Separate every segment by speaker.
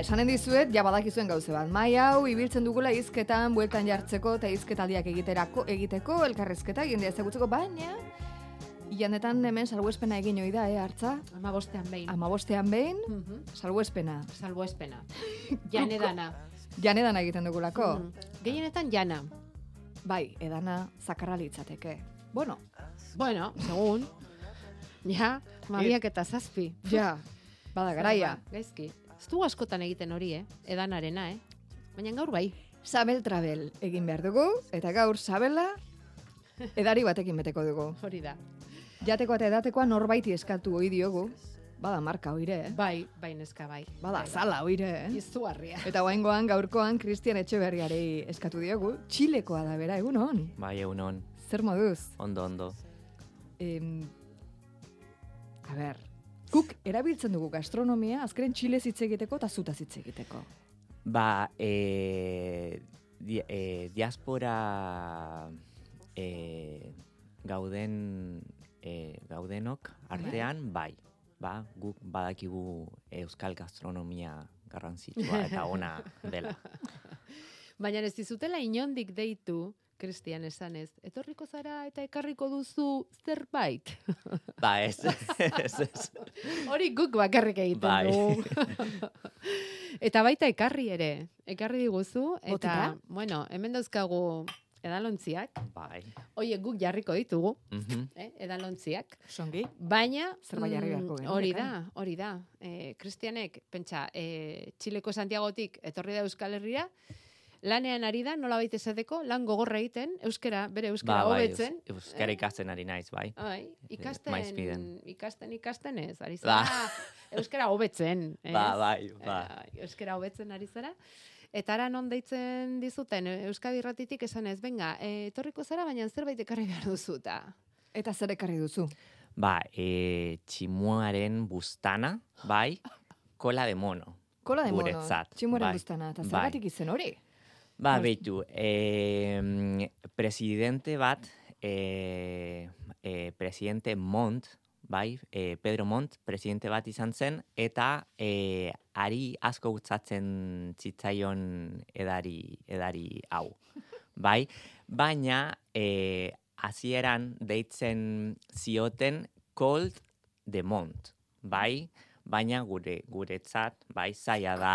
Speaker 1: esanen dizuet, ja badakizuen gauze bat. Mai hau, ibiltzen dugula hizketan bueltan jartzeko eta hizketaldiak egiterako, egiteko, elkarrezketa, jendea ezagutzeko, baina... Ianetan hemen salbuespena egin hoi da, eh, hartza?
Speaker 2: Ama bostean behin.
Speaker 1: Amabostean behin,
Speaker 2: Mhm.
Speaker 1: salbuespena.
Speaker 2: Salbo espena. Jane dana.
Speaker 1: Janedan egiten dugulako.
Speaker 2: Mhm. Gehienetan jana.
Speaker 1: Bai, edana zakarra litzateke. Bueno,
Speaker 2: Bueno, segun. Ja, mabiak eta zazpi.
Speaker 1: ja, bada garaia.
Speaker 2: Ba, Gaizki. Ez du askotan egiten hori, eh? Edanarena, eh? Baina gaur bai.
Speaker 1: Sabel Trabel egin behar dugu, eta gaur sabela edari batekin beteko dugu.
Speaker 2: Hori da.
Speaker 1: Jatekoa eta edatekoa norbaiti eskatu ohi diogu. Bada marka oire, eh?
Speaker 2: Bai, bai neska bai.
Speaker 1: Bada zala oire, eh?
Speaker 2: Izugarria.
Speaker 1: Eta guaingoan gaurkoan Kristian Etxeberriari eskatu diogu. Txilekoa da bera, egun hon.
Speaker 3: Bai, egunon,
Speaker 1: Zer moduz?
Speaker 3: ondo, ondo.
Speaker 1: Em, a ber, guk erabiltzen dugu gastronomia azkeren Txilez hitz egiteko eta zutaz hitz egiteko.
Speaker 3: Ba, e, di, e, diaspora e, gauden e, gaudenok artean, bai. Ba, guk badakigu euskal gastronomia garrantzitsua eta ona dela.
Speaker 2: Baina ez dizutela inondik deitu, Kristian esanez, etorriko zara eta ekarriko duzu zerbait.
Speaker 3: Ba, ez, ez, ez.
Speaker 2: Hori guk bakarrik egiten
Speaker 3: Bai.
Speaker 2: dugu. eta baita ekarri ere. Ekarri diguzu eta
Speaker 1: Botika?
Speaker 2: bueno, hemen dauzkagu edalontziak.
Speaker 3: Bai.
Speaker 2: Hoiek guk jarriko ditugu,
Speaker 3: Mhm.
Speaker 2: eh, edalontziak.
Speaker 1: Songi?
Speaker 2: Baina,
Speaker 1: Zerbait jarri beharko
Speaker 2: mm,
Speaker 1: genuke,
Speaker 2: hori da,
Speaker 1: kan?
Speaker 2: hori da. E, Kristianek, pentsa, e, Txileko Santiagotik etorri da Euskal Herria, lanean ari da, nola baita esateko, lan gogorra egiten, euskera, bere euskera
Speaker 3: Ba, bai, eus-
Speaker 2: hobetzen.
Speaker 3: euskara ikasten ari naiz, bai.
Speaker 2: Bai, ikasten,
Speaker 3: maizpiden.
Speaker 2: ikasten, ikasten ez, ari zara,
Speaker 3: Ba.
Speaker 2: euskara hobetzen, ez?
Speaker 3: Ba, bai, ba.
Speaker 2: Eh, euskara hobetzen ari zara. Eta ara non deitzen dizuten, eh, Euskadi irratitik esan ez, benga, eh, etorriko zara, baina zerbait ekarri behar duzuta.
Speaker 1: Eta zer ekarri duzu?
Speaker 3: Ba, e, tximuaren bustana, bai, kola de mono.
Speaker 1: Kola de mono,
Speaker 3: Guretzat,
Speaker 1: tximuaren
Speaker 3: bai.
Speaker 1: buztana, eta
Speaker 3: Bai.
Speaker 1: zergatik izen hori?
Speaker 3: Ba, beitu, e, mm, presidente bat, e, e, presidente Mont, bai, e, Pedro Mont, presidente bat izan zen, eta e, ari asko gutzatzen zitzaion edari, edari hau. Bai, baina e, hasieran deitzen zioten Cold de Mont, bai, baina gure guretzat, bai, zaila da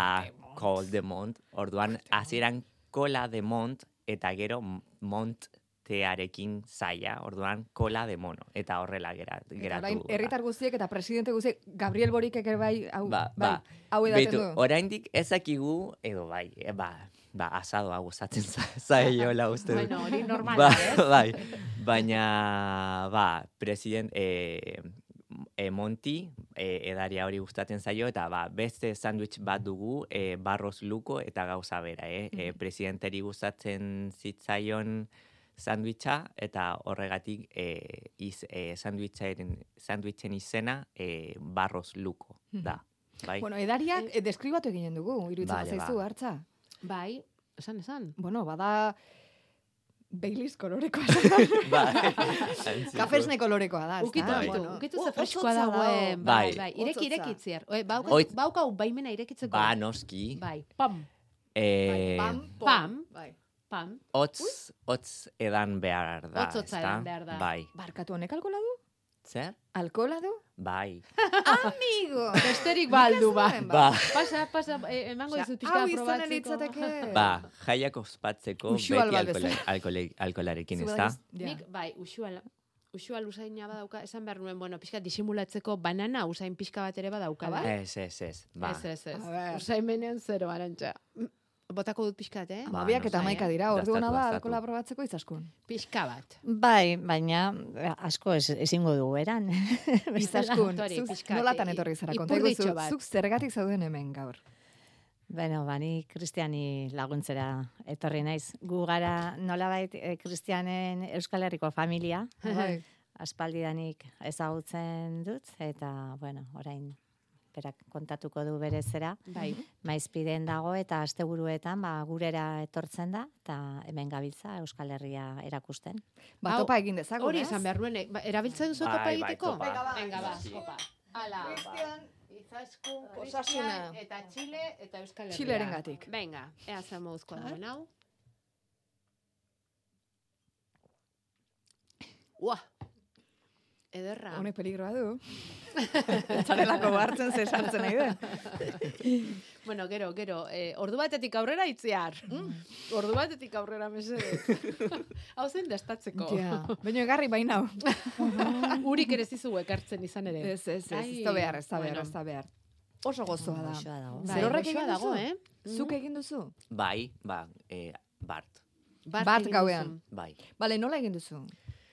Speaker 3: Cold de Mont, orduan hasieran Cola de Mont eta gero Mont tearekin zaila, orduan kola de mono, eta horrela gera,
Speaker 1: Eta
Speaker 3: geratu. bai.
Speaker 1: orain,
Speaker 3: da.
Speaker 1: herritar guztiek eta presidente guztiek, Gabriel Borik ere bai, hau,
Speaker 3: Ba,
Speaker 1: bai,
Speaker 3: ba.
Speaker 1: hau edaten
Speaker 3: Beitu,
Speaker 1: du.
Speaker 3: oraindik ezakigu, edo bai, e, ba, ba, asado hau gozatzen za- zaiola uste dut.
Speaker 2: Bueno, hori normala, eh?
Speaker 3: ba,
Speaker 2: ez?
Speaker 3: bai, baina, ba, president, e, e, Monti, e, edaria hori gustatzen zaio, eta ba, beste sandwich bat dugu, e, barroz luko eta gauza bera, eh? E,
Speaker 2: Mm-hmm.
Speaker 3: presidenteri gustatzen zitzaion sandwicha, eta horregatik e, iz, e, sandwicharen, sandwichen izena e, barroz luko
Speaker 2: Mm-hmm.
Speaker 3: da. Bai?
Speaker 1: Bueno, edariak eh, deskribatu eginen dugu, iruditzen
Speaker 3: Bale,
Speaker 1: zaizu,
Speaker 3: ba.
Speaker 1: hartza.
Speaker 2: Bai, esan, esan.
Speaker 1: Bueno, bada, Baileys kolorekoa da.
Speaker 3: bai.
Speaker 1: Kafesne kolorekoa da,
Speaker 2: Ukitu,
Speaker 1: ezta?
Speaker 3: bai.
Speaker 2: ukitu,
Speaker 1: Bueno,
Speaker 2: ukitu
Speaker 1: o-
Speaker 2: ze freskoa
Speaker 1: otzotza
Speaker 2: dagoen.
Speaker 1: dago.
Speaker 2: Bai,
Speaker 3: Bai.
Speaker 2: bai, ireki,
Speaker 1: Otzotza.
Speaker 2: ireki itziar. Oi, Baukau,
Speaker 3: Oitz-
Speaker 2: baukau baimena irekitzeko.
Speaker 3: Ba, noski.
Speaker 2: Bai, pam,
Speaker 3: Eh,
Speaker 1: pom,
Speaker 2: pam.
Speaker 1: Bai.
Speaker 2: pam.
Speaker 3: Otz, otz edan behar da.
Speaker 2: Otzotza
Speaker 3: ezta?
Speaker 2: edan behar da.
Speaker 3: Bai.
Speaker 1: Barkatu honek alkola du?
Speaker 3: Zer?
Speaker 1: Alkola du?
Speaker 3: Bai.
Speaker 1: Amigo!
Speaker 2: Besterik baldu, ba.
Speaker 1: Zenbat?
Speaker 3: Ba,
Speaker 2: Pasa, pasa, eh, emango
Speaker 1: Osea,
Speaker 2: dizut pixka
Speaker 1: Hau
Speaker 2: bat
Speaker 1: izanen
Speaker 2: probatzeko.
Speaker 1: litzateke.
Speaker 3: ba, jaiak ospatzeko beti
Speaker 1: Usual bat
Speaker 3: alkola, alkole- alkolarekin,
Speaker 1: Zu
Speaker 3: ez da?
Speaker 1: badakiz- Ja.
Speaker 2: Nik, bai, usual, usual usaina badauka, esan behar nuen, bueno, pixka disimulatzeko banana usain pixka bat ere badauka,
Speaker 1: Ah, bai?
Speaker 2: bai?
Speaker 3: Ez, ez, ez. Ba,
Speaker 2: Ez, ez, ez.
Speaker 1: A ber.
Speaker 2: Usain menean zero, arantxa. Botako dut pixkat, eh?
Speaker 3: Ba,
Speaker 1: Biak
Speaker 3: no
Speaker 1: eta
Speaker 3: sé.
Speaker 1: maika dira, ordu hona
Speaker 3: Dastatu,
Speaker 1: da
Speaker 3: dastatu.
Speaker 1: alkola probatzeko izaskun.
Speaker 2: Pixka bat.
Speaker 4: Bai, baina eh, asko ez, ezingo dugu eran.
Speaker 1: Izaskun,
Speaker 2: Tori,
Speaker 1: zuk
Speaker 2: pixkat,
Speaker 1: nolatan
Speaker 2: i-
Speaker 1: etorri zara,
Speaker 2: ipurditxo
Speaker 1: konta iguzu,
Speaker 2: bat.
Speaker 1: zuk zergatik zauden hemen gaur.
Speaker 4: bueno, bani Kristiani laguntzera etorri naiz. Gu gara nolabait eh, Kristianen Euskal Herriko familia,
Speaker 1: Bai.
Speaker 4: aspaldidanik ezagutzen dut, eta, bueno, orain berak kontatuko du bere zera.
Speaker 2: Bai.
Speaker 4: Maizpiden dago eta asteburuetan ba, gurera etortzen da, eta hemen gabiltza Euskal Herria erakusten.
Speaker 1: Ba,
Speaker 2: Hau,
Speaker 1: topa egin dezagun,
Speaker 2: Hori
Speaker 1: ez?
Speaker 2: esan behar nuen, eh, ba, erabiltzen duzu
Speaker 3: Bai,
Speaker 2: topa
Speaker 3: bai,
Speaker 2: egiteko?
Speaker 3: topa. Venga, ba,
Speaker 2: Venga, ba,
Speaker 3: noski.
Speaker 2: topa. Ala. Osaskun,
Speaker 1: Osasuna.
Speaker 2: Kristian, eta Txile, eta Euskal Herria.
Speaker 1: Txilerengatik.
Speaker 2: Venga, ea zen moduzkoa dagoen hau. Ua! Ederra.
Speaker 1: Honek peligroa du. Txarelako Ah. hartzen ze sartzen nahi da.
Speaker 2: Bueno, gero, gero, eh, ordu batetik aurrera itziar.
Speaker 1: Mm.
Speaker 2: Ordu batetik aurrera mesedez. Hau zen destatzeko.
Speaker 1: Ja, baina egarri baina.
Speaker 2: Urik ere zizu ekartzen izan ere.
Speaker 1: Ez, ez, ez,
Speaker 2: Ai,
Speaker 1: ez da behar, ez da behar,
Speaker 2: bueno.
Speaker 1: ez da behar. Oso gozoa da.
Speaker 4: Goxoa dago.
Speaker 2: Bai,
Speaker 1: Zerorrek
Speaker 2: goxoa
Speaker 1: egin
Speaker 2: dago,
Speaker 1: duzu? Mm.
Speaker 2: eh?
Speaker 1: Zuk egin duzu?
Speaker 3: Bai, ba, e, Bart.
Speaker 1: Bat
Speaker 2: egin
Speaker 1: gauean.
Speaker 2: duzu.
Speaker 3: Bai.
Speaker 1: Bale, nola egin duzu?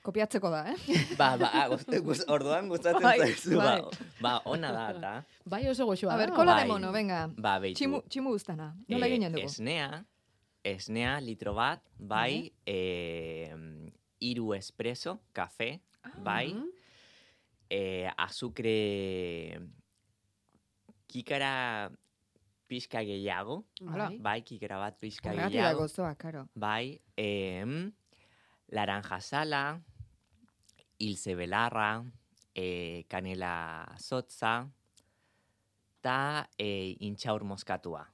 Speaker 1: Kopiatzeko da, eh?
Speaker 3: Ba, ba, ah, gust- gust- orduan gustatzen
Speaker 1: Bai,
Speaker 3: zaizu,
Speaker 1: bai.
Speaker 3: ba, ba, ona da, eta.
Speaker 2: Bai, oso goxua.
Speaker 1: A ber,
Speaker 2: da.
Speaker 1: kola de
Speaker 3: Bai.
Speaker 1: mono, venga.
Speaker 3: Ba, beitu.
Speaker 1: Tximu, tximu guztana. Nola
Speaker 3: Eh,
Speaker 1: eginen dugu?
Speaker 3: Esnea, esnea litro bat, bai, eh, iru espresso, kafe, bai,
Speaker 2: Mhm.
Speaker 3: eh, azukre kikara pixka gehiago,
Speaker 1: Hala.
Speaker 2: Bai.
Speaker 3: bai, kikara bat pizka
Speaker 1: Horregatik da
Speaker 3: gehiago,
Speaker 1: gozoa, karo.
Speaker 3: bai, eh, laranja sala, hilze belarra, eh, kanela zotza, eta eh, intxaur moskatua.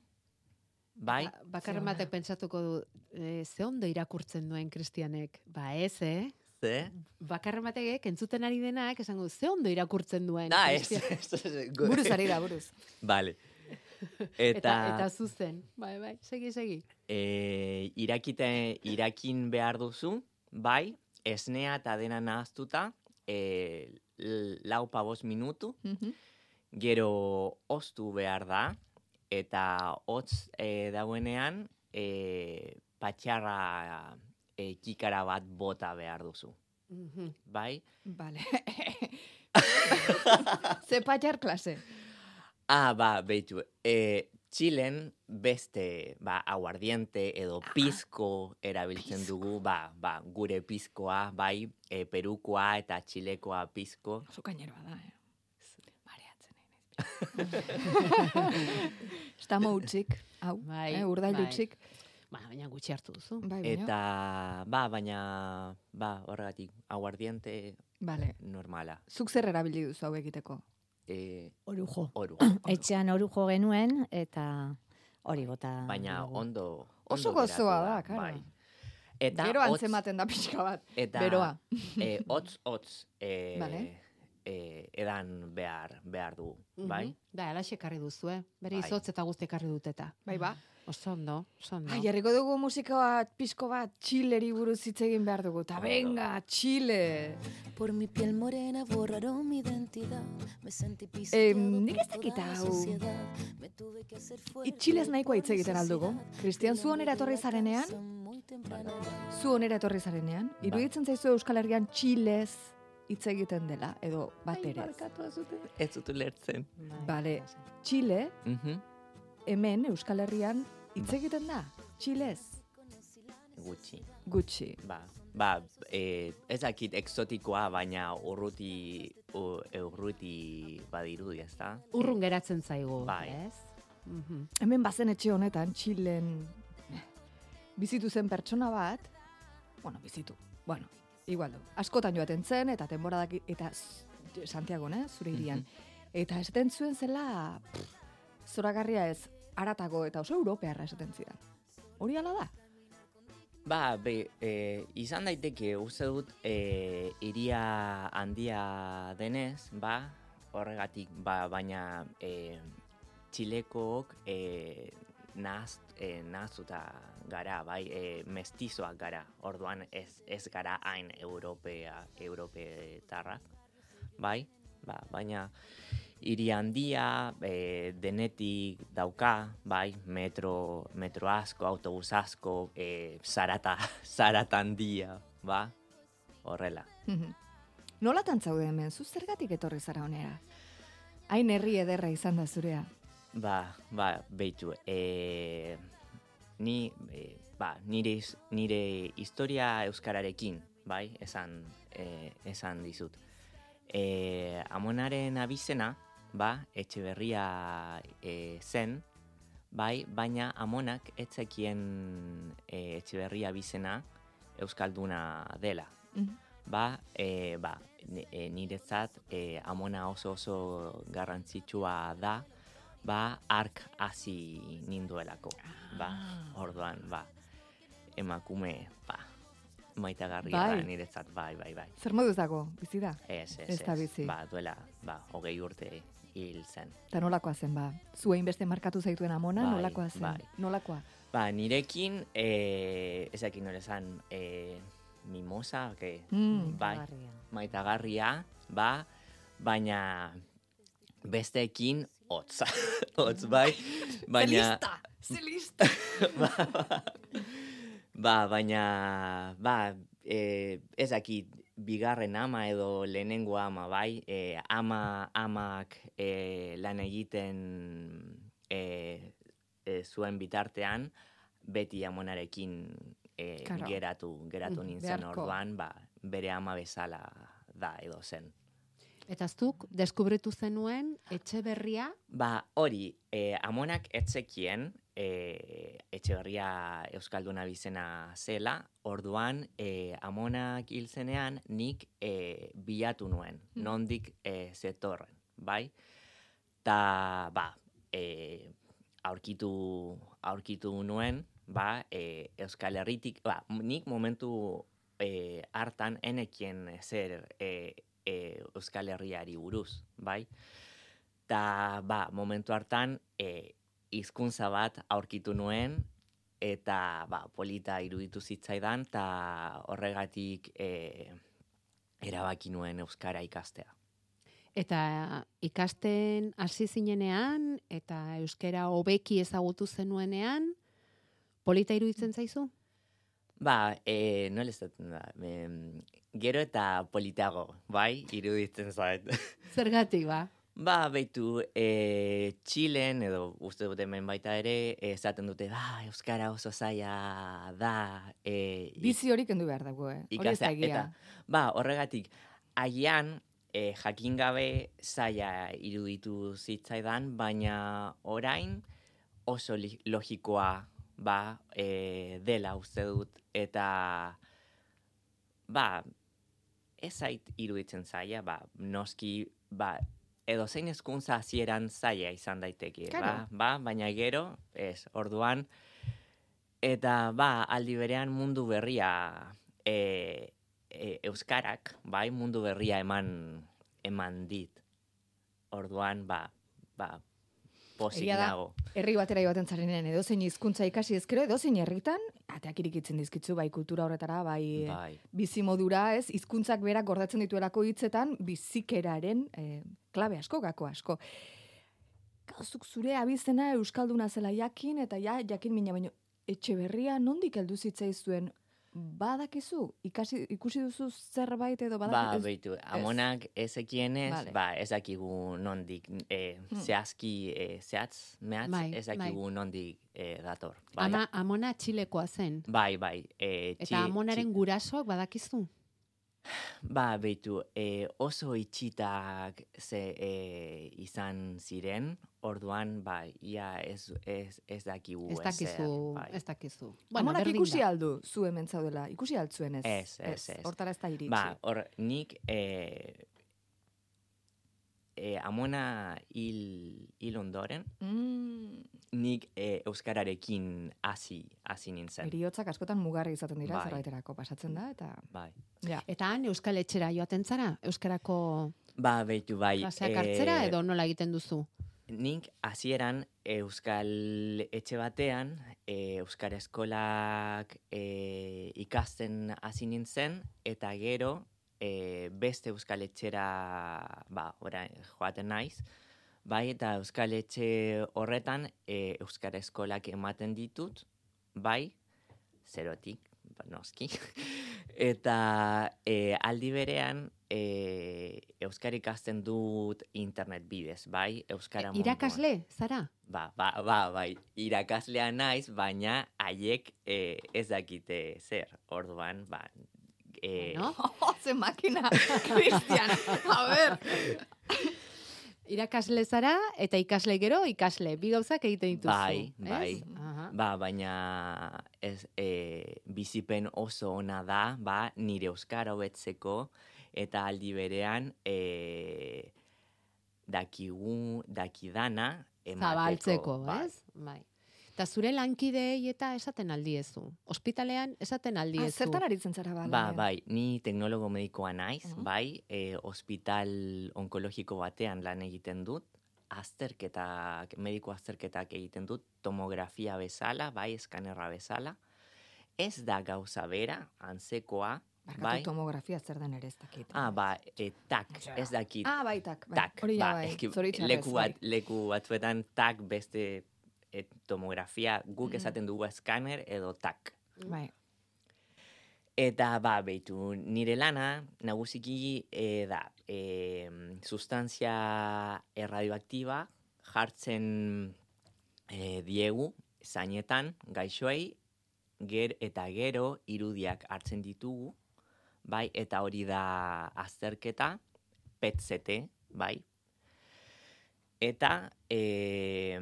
Speaker 3: Bai,
Speaker 2: Ba- Bakarren
Speaker 1: Zeona.
Speaker 2: batek pentsatuko du, e, ze ondo irakurtzen duen Kristianek? Ba ez, eh?
Speaker 3: ze?
Speaker 2: Bakarren batek entzuten ari denak esango du, ze ondo irakurtzen duen
Speaker 3: Da, ez,
Speaker 2: Cristianek?"
Speaker 3: ez, ez, gu-
Speaker 1: Buruz ari da, buruz.
Speaker 3: Vale.
Speaker 2: Eta,
Speaker 3: Eta,
Speaker 2: eta zuzen. Bai, bai, segi, segi.
Speaker 3: eh, irakite, irakin behar duzu, bai, esnea eta dena nahaztuta, eh, l- lau pa bost minutu,
Speaker 1: Mhm.
Speaker 3: gero ostu behar da, eta hotz eh, dauenean, eh, patxarra eh, kikara bat bota behar duzu,
Speaker 2: Mhm.
Speaker 3: bai?
Speaker 1: Bale. Ze patxar klase.
Speaker 3: Ah, ba, beitu. E, Txilen beste, ba, aguardiente edo pizko erabiltzen dugu, ba, ba, gure pizkoa, bai, e, perukoa eta txilekoa pizko.
Speaker 1: Oso kaineroa da, eh? Mareatzen nahi naiz. Estamo utzik, hau,
Speaker 2: Bai,
Speaker 1: eh, urdail
Speaker 2: bai.
Speaker 1: utzik.
Speaker 2: Ba, baina gutxi hartu duzu.
Speaker 1: Bai, baina-
Speaker 3: Eta, ba, baina, ba, horregatik, aguardiente
Speaker 1: Vale.
Speaker 3: normala.
Speaker 1: Zuk zer erabili duzu hau egiteko?
Speaker 3: E,
Speaker 4: Orujo.
Speaker 3: oru.
Speaker 4: Etxean orujo genuen, eta hori
Speaker 1: ah,
Speaker 4: bota.
Speaker 3: Baina
Speaker 4: dugu.
Speaker 3: ondo,
Speaker 1: Oso
Speaker 3: ondo geratu bai.
Speaker 1: gozoa da, karo.
Speaker 3: Eta
Speaker 1: Gero
Speaker 3: hotz-
Speaker 1: antzematen da pixka bat.
Speaker 3: Eta
Speaker 1: Beroa.
Speaker 3: eh, hotz, hotz, eh,
Speaker 1: Vale.
Speaker 3: eh, edan behar, behar dugu, bai?
Speaker 2: Mhm. Da, alaxe ekarri duzu, eh? Bere
Speaker 3: Bai.
Speaker 2: izotz eta guzti ekarri duteta.
Speaker 1: Bai, ba.
Speaker 2: Oso ondo, oso
Speaker 3: Mm.
Speaker 2: ondo.
Speaker 1: Ai, jarriko dugu musika bat, pixko bat, txileri buruz hitz egin behar dugu. Ta
Speaker 3: Ondo.
Speaker 1: venga, txile!
Speaker 5: Por mi piel morena borraron mi identidad. Me sentí
Speaker 1: Eh,
Speaker 5: pisoteado
Speaker 1: nik ez
Speaker 5: por
Speaker 1: dakit
Speaker 5: toda la
Speaker 1: hau.
Speaker 5: sociedad. Me tuve que hacer fuerte
Speaker 1: Itxilez nahikoa
Speaker 5: por
Speaker 1: hitz egiten aldugu.
Speaker 5: necesidad.
Speaker 1: Cristian,
Speaker 5: La
Speaker 1: zu onera
Speaker 5: miré
Speaker 1: etorri
Speaker 5: la
Speaker 1: zarenean?
Speaker 5: casa muy temprano.
Speaker 1: Zu onera etorri zarenean,
Speaker 3: Bai.
Speaker 1: iruditzen zaizu Euskal Herrian txilez hitz egiten dela, edo bat
Speaker 3: Ai,
Speaker 1: ere. ez.
Speaker 3: barkatu ez Bai. dut- Ez dut ulertzen.
Speaker 2: Bai.
Speaker 1: Bale, txile,
Speaker 3: Mhm.
Speaker 1: hemen Euskal Herrian hitz egiten da, txilez,
Speaker 3: Gutxi.
Speaker 1: gutxi.
Speaker 3: Ba, ba eh, ez dakit exotikoa, baina urruti, u- urruti badirudi, ez da?
Speaker 2: Urrun geratzen zaigu,
Speaker 3: Bai.
Speaker 2: ez? Mhm.
Speaker 1: Hemen bazen etxe honetan, txilen eh, bizitu zen pertsona bat, bueno, bizitu, bueno, igual du, askotan joaten zen, eta denboradak, eta s- Santiago, ne, zure irian. Eta esaten zuen zela, pff, zoragarria ez, aratago, eta oso europearra esaten zidan. Hori ala da?
Speaker 3: Ba, be, eh, izan daiteke uste dut eh, iria handia denez, ba, horregatik, ba, baina eh, txilekook eh, nahaz, eh, nahaztuta gara, bai, eh, mestizoak gara, orduan ez, ez gara hain europea, europeetarrak, bai, ba, baina hiri handia, e, denetik dauka, bai, metro, metro asko, autobus asko, e, zarata, zarata handia, ba, horrela.
Speaker 1: Mhm. Nola tantzaude hemen, zu zergatik etorri zara onera? Hain herri ederra izan da zurea.
Speaker 3: Ba, ba, beitu, e, ni, e, ba, nire, his- nire historia euskararekin, bai, esan, e, esan dizut. E, amonaren abizena, ba, etxeberria e, zen, bai, baina amonak
Speaker 1: Mhm.
Speaker 3: etzekien e, etxeberria abizena euskalduna dela. ba, e, ba, ni- e, niretzat e, amona oso oso garrantzitsua da, ba, ark hasi ninduelako, ba,
Speaker 1: Ah.
Speaker 3: orduan, ba, emakume, ba, maitagarria
Speaker 1: Bai.
Speaker 3: da niretzat, bai, bai, bai.
Speaker 1: Zer moduz dago, bizi da?
Speaker 3: Ez, ez,
Speaker 1: Ez da bizi.
Speaker 3: Ba, duela, ba, hogei urte hil zen.
Speaker 1: Eta nolakoa zen, ba? Zuein beste markatu zaituen amona,
Speaker 3: Bai,
Speaker 1: nolakoa zen?
Speaker 3: bai.
Speaker 1: Nolakoa?
Speaker 3: Ba, nirekin, e, ez dakit nola esan, e, mimosa, que,
Speaker 1: Mm,
Speaker 3: bai, maitagarria, ba, baina besteekin hotz, hotz bai, baina...
Speaker 1: zelista!
Speaker 3: Ba, baina, ba, e, ez dakit, bigarren ama edo lehenengo ama, bai, e, ama, amak e, lan egiten e, e, zuen bitartean, beti amonarekin e,
Speaker 1: Karo.
Speaker 3: geratu, geratu
Speaker 2: Mm,
Speaker 3: nintzen
Speaker 1: beharko.
Speaker 3: orduan, ba, bere ama bezala da edo zen.
Speaker 2: Eta zuk, deskubritu zenuen, etxe berria,
Speaker 3: Ba, hori, e, amonak etzekien, e, etxeberria Euskalduna bizena zela, orduan e, amonak hil zenean nik e, bilatu nuen, nondik e, zetorren, bai? Ta, ba, e, aurkitu, aurkitu nuen, ba, e, Euskal Herritik, ba, nik momentu e, hartan enekien zer e, e, Euskal Herriari buruz, bai? Eta, ba, momentu hartan, e, hizkuntza bat aurkitu nuen, eta, ba, polita iruditu zitzaidan, eta horregatik e, erabaki nuen euskara ikastea.
Speaker 2: eta ikasten hasi zinenean, eta euskera hobeki ezagutu zenuenean, polita iruditzen zaizu?
Speaker 3: Ba, e, nola esaten da, em, gero eta politago, bai, iruditzen zait.
Speaker 2: Zergatik, ba?
Speaker 3: Ba, beitu, e, Txilen, edo uste dut hemen baita ere, esaten dute, ba, euskara oso zaila da. E, ik-
Speaker 1: Bizi hori kendu behar dago, eh? Hori ez da
Speaker 3: ikastea.
Speaker 1: egia.
Speaker 3: Eta, ba, horregatik, agian eh, jakin gabe zaila iruditu zitzaidan, baina orain oso li- logikoa ba, eh, dela uste dut, eta ba, ez zait iruditzen zaila, ba, noski, ba, edo zein hezkuntza hasieran zaila izan daiteke,
Speaker 1: Claro.
Speaker 3: ba, ba, baina gero, ez, orduan, eta ba, aldi berean mundu berria, e, e, euskarak, bai, mundu berria eman, eman dit. Orduan, ba, ba, pozik
Speaker 1: Egia da.
Speaker 3: nago.
Speaker 1: Herri batera joaten zarenen edozein hizkuntza ikasi ezkero edozein herritan ateak irikitzen dizkitzu bai kultura horretara bai, bai.
Speaker 3: Bai,
Speaker 1: bizi modura, ez hizkuntzak berak gordetzen dituelako hitzetan bizikeraren eh, klabe asko gako asko. Gauzuk zure abizena euskalduna zela jakin eta ja jakin mina baino etxe berria nondik heldu zitzaizuen badakizu ikasi ikusi duzu zerbait edo
Speaker 3: ba,
Speaker 1: badakizu
Speaker 3: beitu, amonak ezekienez,
Speaker 1: Vale.
Speaker 3: ba, ezakigu nondik, e, zehazki, e, zehatz, mehatz,
Speaker 2: Hmm. Bai,
Speaker 3: ezakigu nondik e, dator. Bai,
Speaker 2: Ama, amona txilekoa zen.
Speaker 3: bai, bai. E,
Speaker 2: Eta
Speaker 3: txi-
Speaker 2: amonaren gurasoak badakizu.
Speaker 3: Ba, beitu, e, oso itxitak ze e, izan ziren, orduan, ba, ia ez, ez, ez dakigu
Speaker 2: Ez dakizu,
Speaker 3: ezer, bai.
Speaker 2: ez dakizu.
Speaker 1: Amonak
Speaker 2: berdin da.
Speaker 1: Ba, ikusi aldu zu hemen zaudela, ikusi altzuen ez.
Speaker 3: Ez, ez, ez.
Speaker 1: Hortara ez da iritsi.
Speaker 3: Ba, hor, nik e, e, amona hil, hil ondoren,
Speaker 1: Mm,
Speaker 3: nik e, euskararekin hasi hasi nintzen.
Speaker 1: Eriotzak askotan mugarri izaten dira
Speaker 3: Bai.
Speaker 1: zerbaiterako pasatzen da eta
Speaker 3: Bai.
Speaker 1: ja.
Speaker 2: Eta han euskal etxera joaten zara? Euskarako
Speaker 3: Ba, beitu, bai.
Speaker 2: klaseak
Speaker 3: e,
Speaker 2: hartzera edo nola egiten duzu?
Speaker 3: Nik hasieran euskal etxe batean e, euskara eskolak e, ikasten hasi nintzen eta gero e, beste euskal etxera ba, orain joaten naiz. Bai, eta euskal etxe horretan e, euskara eskolak ematen ditut, bai, zerotik, ba, noski. eta e, aldi berean e, euskara ikasten dut internet bidez, bai, euskara munduan.
Speaker 2: E, Irakasle, zara?
Speaker 3: Ba, ba, ba, bai, irakaslea naiz, baina haiek eh, ez dakite zer, orduan, ba, eh,
Speaker 2: No?
Speaker 1: Ze makina, Cristian, a ber.
Speaker 2: Irakasle zara eta ikasle gero ikasle. Bi gauzak egiten dituzu.
Speaker 3: Bai,
Speaker 2: ez?
Speaker 3: bai.
Speaker 2: Aha.
Speaker 3: Ba, baina ez, e, bizipen oso ona da, ba, nire euskara hobetzeko eta aldi berean e, dakigu, dakidana emateko.
Speaker 2: Zabaltzeko,
Speaker 3: ba,
Speaker 2: ez? Bai. Eta zure lankideei eta esaten aldiezu. Ospitalean esaten
Speaker 1: Ah,
Speaker 2: aldiezu.
Speaker 1: zertan aritzen zara ba?
Speaker 3: Ba,
Speaker 1: lanean?
Speaker 3: bai, ni teknologo medikoa naiz,
Speaker 1: Ujú.
Speaker 3: bai, e, ospital onkologiko batean lan egiten dut, azterketak, mediko azterketak egiten dut, tomografia bezala, bai, eskanerra bezala. Ez da gauza bera, antzekoa,
Speaker 1: Barkatu
Speaker 3: bai.
Speaker 1: tomografia zer den ere ez dakit.
Speaker 3: Ah, ba, e, tak, ez dakit.
Speaker 1: Ah, bai, tak. Bai.
Speaker 3: tak,
Speaker 1: Hori ja,
Speaker 3: ba,
Speaker 1: bai.
Speaker 3: eski,
Speaker 1: Zoritxarrez,
Speaker 3: leku, bat,
Speaker 1: bai.
Speaker 3: leku batzuetan tak beste et, tomografia, guk
Speaker 1: Mm.
Speaker 3: esaten dugu eskaner edo tak.
Speaker 1: Bai.
Speaker 3: Eta ba, beitu, nire lana nagusiki eh, da eh, sustantzia erradioaktiba jartzen eh, diegu zainetan gaixoei ger eta gero irudiak hartzen ditugu, bai, eta hori da azterketa, PET-CT, bai. Eta eh,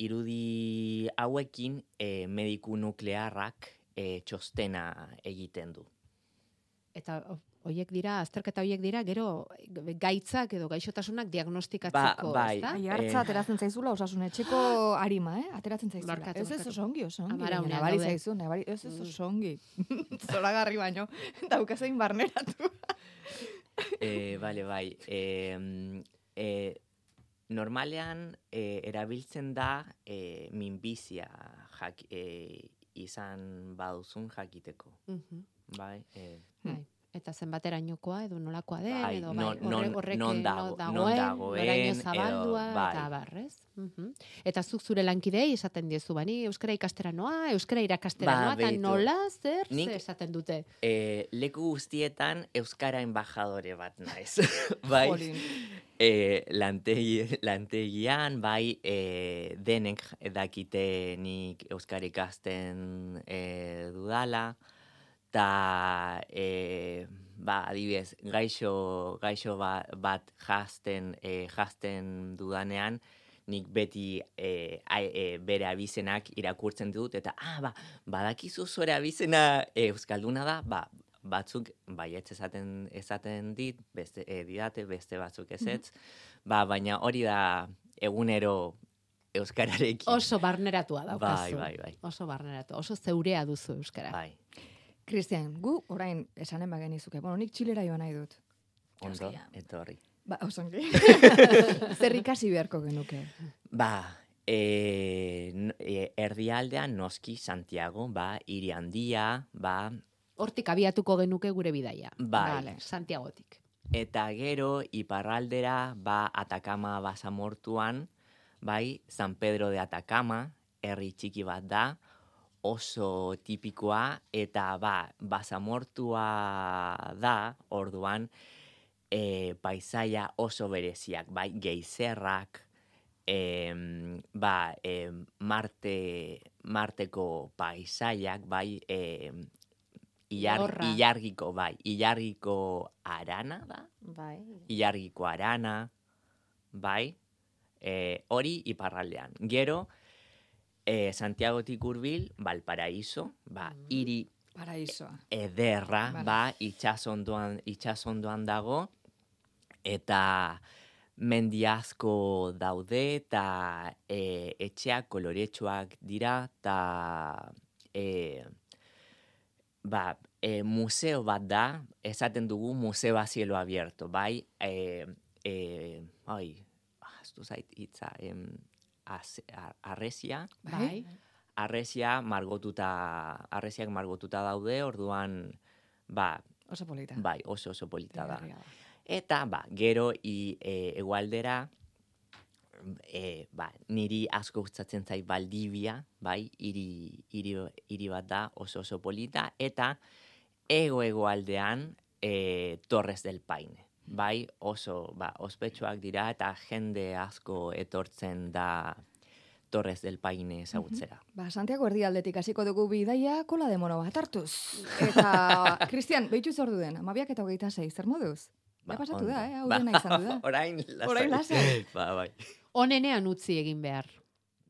Speaker 3: irudi hauekin eh, mediku nuklearrak eh, txostena egiten du.
Speaker 2: Eta hoiek dira, azterketa hoiek dira, gero gaitzak edo gaixotasunak diagnostikatzeko,
Speaker 3: Ba, bai.
Speaker 2: ezta?
Speaker 1: Ai,
Speaker 3: Eh,
Speaker 1: hartza ateratzen zaizula osasun etxeko arima, eh? Ateratzen zaizula.
Speaker 2: Barkatu,
Speaker 1: ez ez
Speaker 2: barkatu.
Speaker 1: oso ongi, oso ongi.
Speaker 2: Amaraunean
Speaker 1: baina Nabari
Speaker 2: daude.
Speaker 1: zaizu, nabari, ez ez oso
Speaker 2: Mm.
Speaker 1: ongi. Zoragarri baino, daukazein barneratu.
Speaker 3: Eh, bale, bai. Eh, mm, eh, normalean eh, erabiltzen da eh, minbizia jak, eh, izan baduzun jakiteko.
Speaker 2: Mhm.
Speaker 3: Bai, eh,
Speaker 2: Bai. Eta zenbaterainokoa edo nolakoa den,
Speaker 3: Bai,
Speaker 2: edo bai,
Speaker 3: non-
Speaker 2: horrek,
Speaker 3: non-
Speaker 2: horrek
Speaker 3: non
Speaker 2: eh,
Speaker 3: dago- non dagoen,
Speaker 2: noraino
Speaker 3: edo,
Speaker 2: zabaldua,
Speaker 3: bai.
Speaker 2: eta barrez. Mhm. Eta zuk zure lankidei esaten diezu, bani, euskara ikastera noa, euskara irakastera
Speaker 3: Ba,
Speaker 2: noa, eta
Speaker 3: beitu.
Speaker 2: nola, zer,
Speaker 3: Nik-
Speaker 2: zer esaten dute.
Speaker 3: eh, leku guztietan Euskara embajadore bat naiz. bai,
Speaker 1: Jolin.
Speaker 3: eh, lantegi, lantegian, bai, eh, denek dakite nik Euskara ikasten eh, dudala, eta, eh, ba, adibidez, gaixo, gaixo ba- bat jazten, eh, jazten dudanean, nik beti eh, ai- eh, bere abizenak irakurtzen dut, eta, ah, ba, badakizu zure abizena eh, Euskalduna da, ba, batzuk baietz esaten esaten dit, beste eh, didate, beste batzuk ezetz. Ba, baina hori da egunero euskararekin.
Speaker 2: Oso barneratua daukazu.
Speaker 3: Bai, bai, bai.
Speaker 2: Oso barneratua, oso zeurea duzu euskara.
Speaker 3: Bai.
Speaker 1: Kristian, gu orain esanen bagenizuke. Bueno, nik txilera joan nahi dut.
Speaker 3: Ondo
Speaker 2: Oskia.
Speaker 3: etorri.
Speaker 1: Ba, osongi. Zer ikasi beharko genuke.
Speaker 3: Ba, eh, n- eh, erdialdean noski Santiago, ba, hiri handia, ba,
Speaker 2: Hortik abiatuko genuke gure bidaia.
Speaker 3: Bai.
Speaker 2: Vale, Santiagotik.
Speaker 3: Eta gero, iparraldera, ba, Atacama basamortuan, bai, San Pedro de Atacama, herri txiki bat da, oso tipikoa, eta ba, basamortua da, orduan, e, paisaia oso bereziak, bai, geizerrak, em, ba, em, Marte, Marteko paisaiak, bai, em, ilar,
Speaker 2: Lehorra.
Speaker 3: ilargiko, bai, ilargiko arana da,
Speaker 4: Bai.
Speaker 3: Mm-hmm. ilargiko arana, bai, e, hori iparraldean. Gero, e, Santiagotik hurbil, Valparaíso, ba, hiri
Speaker 1: Paraisoa.
Speaker 3: ederra,
Speaker 1: Bale.
Speaker 3: ba, itxasondoan, itxasondoan dago, eta mendi asko daude, eta e, etxeak koloretsuak dira, eta e, ba, e, museo bat da, esaten dugu museo a cielo abierto, bai, e, e, oi, ahaztu zait hitza, em, az- ar- arresia,
Speaker 1: Bai.
Speaker 3: arresia margotuta, arresiak margotuta daude, orduan, ba,
Speaker 1: Oso polita.
Speaker 3: bai, oso oso polita da.
Speaker 1: Deigarria
Speaker 3: Eta, ba, gero i, e, egualdera, e, ba, niri asko gustatzen zait Baldibia, bai, hiri hiri hiri bat da oso oso polita, eta ego egoaldean e, Torres del Paine. Bai, oso, ba, ospetsuak dira eta jende asko etortzen da Torres del Paine ezagutzera.
Speaker 1: Ba, Santiago erdialdetik hasiko dugu bidaia kola de mono bat hartuz. Eta, Kristian, behitu zordu den, amabiak eta hogeita sei, zer moduz? Ba, pasatu da, eh? Hau dena izan du da.
Speaker 3: Orain lasai.
Speaker 1: Orain lasai.
Speaker 3: ba, bai.
Speaker 2: Onenean utzi egin behar.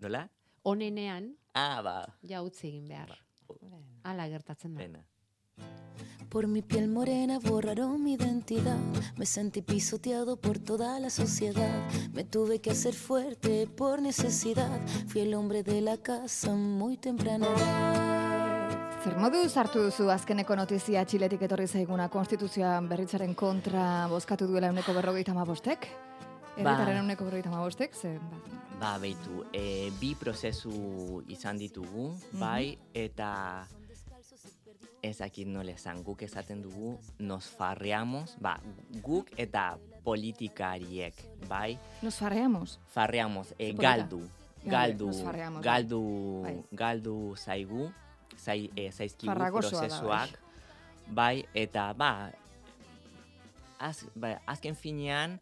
Speaker 3: Nola?
Speaker 2: onenean,
Speaker 3: Ah, ba,
Speaker 2: ja utzi egin behar.
Speaker 3: Bai.
Speaker 4: Bai,
Speaker 2: Hala gertatzen da.
Speaker 3: pena.
Speaker 5: Por mi piel morena borraron mi identidad. Me sentí pisoteado por toda la sociedad. Me tuve que hacer fuerte por necesidad. Fui el hombre de la casa muy temprano.
Speaker 1: Zer moduz hartu duzu azkeneko notizia Txiletik etorri zaiguna konstituzioan berritzaren kontra bozkatu duela uneko berrogeita mabostek?
Speaker 3: Ba.
Speaker 1: Erritaren uneko berrogeita mabostek, ze, ba,
Speaker 3: Ba, beitu, e, bi prozesu izan ditugu, bai, eta ez dakit nola esan, guk esaten dugu, nos farreamos, ba, guk eta politikariek, bai,
Speaker 1: nos farreamos.
Speaker 3: farreamos, e,
Speaker 1: Ze polita.
Speaker 3: galdu,
Speaker 1: Galdu,
Speaker 3: galdu,
Speaker 1: nos farreamos, bai.
Speaker 3: galdu,
Speaker 1: Bai.
Speaker 3: galdu zaigu, zai, e, zaizkigu
Speaker 1: Farragosoa da,
Speaker 3: prozesuak, bai, eta, ba, az, ba azken finean,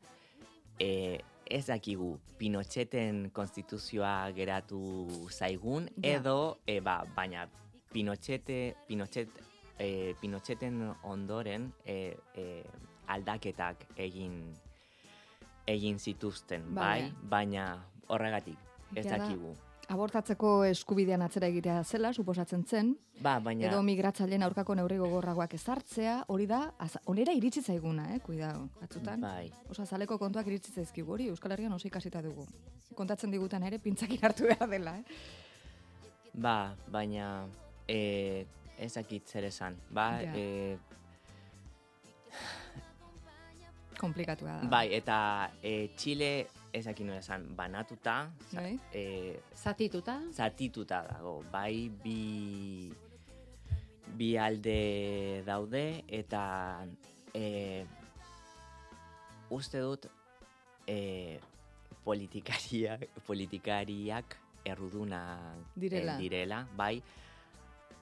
Speaker 3: e, ez dakigu Pinocheten konstituzioa geratu zaigun,
Speaker 1: Ja.
Speaker 3: edo, e, ba, baina Pinochete, Pinochet, e, Pinocheten ondoren e, e, aldaketak egin egin zituzten,
Speaker 1: Bai.
Speaker 3: bai, baina horregatik, ez
Speaker 1: Jada.
Speaker 3: dakigu.
Speaker 1: Abortatzeko eskubidean atzera egitea zela, suposatzen zen,
Speaker 3: Ba, baina,
Speaker 1: edo migratzaileen aurkako neurri gogorragoak ezartzea, hori da, az, onera iritsi zaiguna, eh, kuidao, atzutan.
Speaker 3: bai,
Speaker 1: Osa, zaleko kontuak iritsi zaizkigu hori, Euskal Herrian oso ikasita dugu. Kontatzen digutan ere, pintzakin hartu behar dela, eh?
Speaker 3: ba, baina, e, ez dakit zer esan, ba,
Speaker 1: Ja.
Speaker 3: e,
Speaker 1: Komplikatua da.
Speaker 3: bai, eta e, Txile, ez dakit nola esan, banatuta, za-
Speaker 1: Bai.
Speaker 3: e,
Speaker 2: Zatituta,
Speaker 3: zatituta dago, bai, bi, bi alde daude, eta e, uste dut e, politikariak, politikariak erruduna
Speaker 1: Direla.
Speaker 3: eh, direla bai,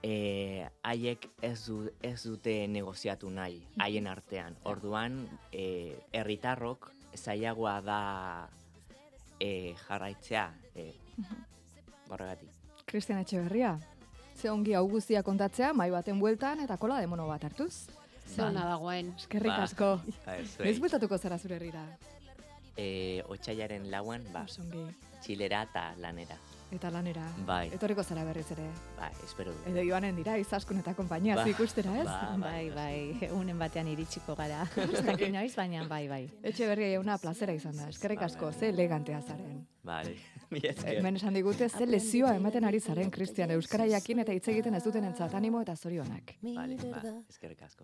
Speaker 3: e, haiek ez, du, ez dute negoziatu nahi, haien artean. Orduan, e, herritarrok zailagoa da e, jarraitzea, e, horregatik.
Speaker 1: Kristian Etxeberria. Ze ongi hau guztia kontatzea, mai baten bueltan eta kola demono bat hartuz.
Speaker 2: ze hona dagoen.
Speaker 1: Eskerrik
Speaker 3: Ba.
Speaker 1: asko.
Speaker 3: Ba, ez
Speaker 1: Ez
Speaker 3: zuei.
Speaker 1: bueltatuko zara zure herrira.
Speaker 3: Eh, otsailaren lauan, ba,
Speaker 1: Oso ongi.
Speaker 3: txilera eta lanera.
Speaker 1: Eta lanera.
Speaker 3: Bai.
Speaker 1: Etorriko zara berriz ere.
Speaker 3: Ba, espero dut.
Speaker 1: Edo joanen dira, izaskun eta konpainia,
Speaker 3: Ba.
Speaker 1: zu ikustera ez?
Speaker 3: Ba,
Speaker 4: Bai, bai, unen batean iritsiko gara. Ez dakit noiz, baina bai, bai.
Speaker 1: Etxeberria jauna plazera izan da. Eskerrik
Speaker 3: Ba,
Speaker 1: asko,
Speaker 3: bai.
Speaker 1: ze elegantea zaren.
Speaker 3: Vale, mila esker.
Speaker 1: Hemen esan digute, ze lezioa ematen ari zaren, Kristian, Euskara jakin eta hitz egiten ez duten entzat animo eta zorionak.
Speaker 5: Mi
Speaker 3: Vale, ba,
Speaker 5: verdad.
Speaker 3: eskerrik asko.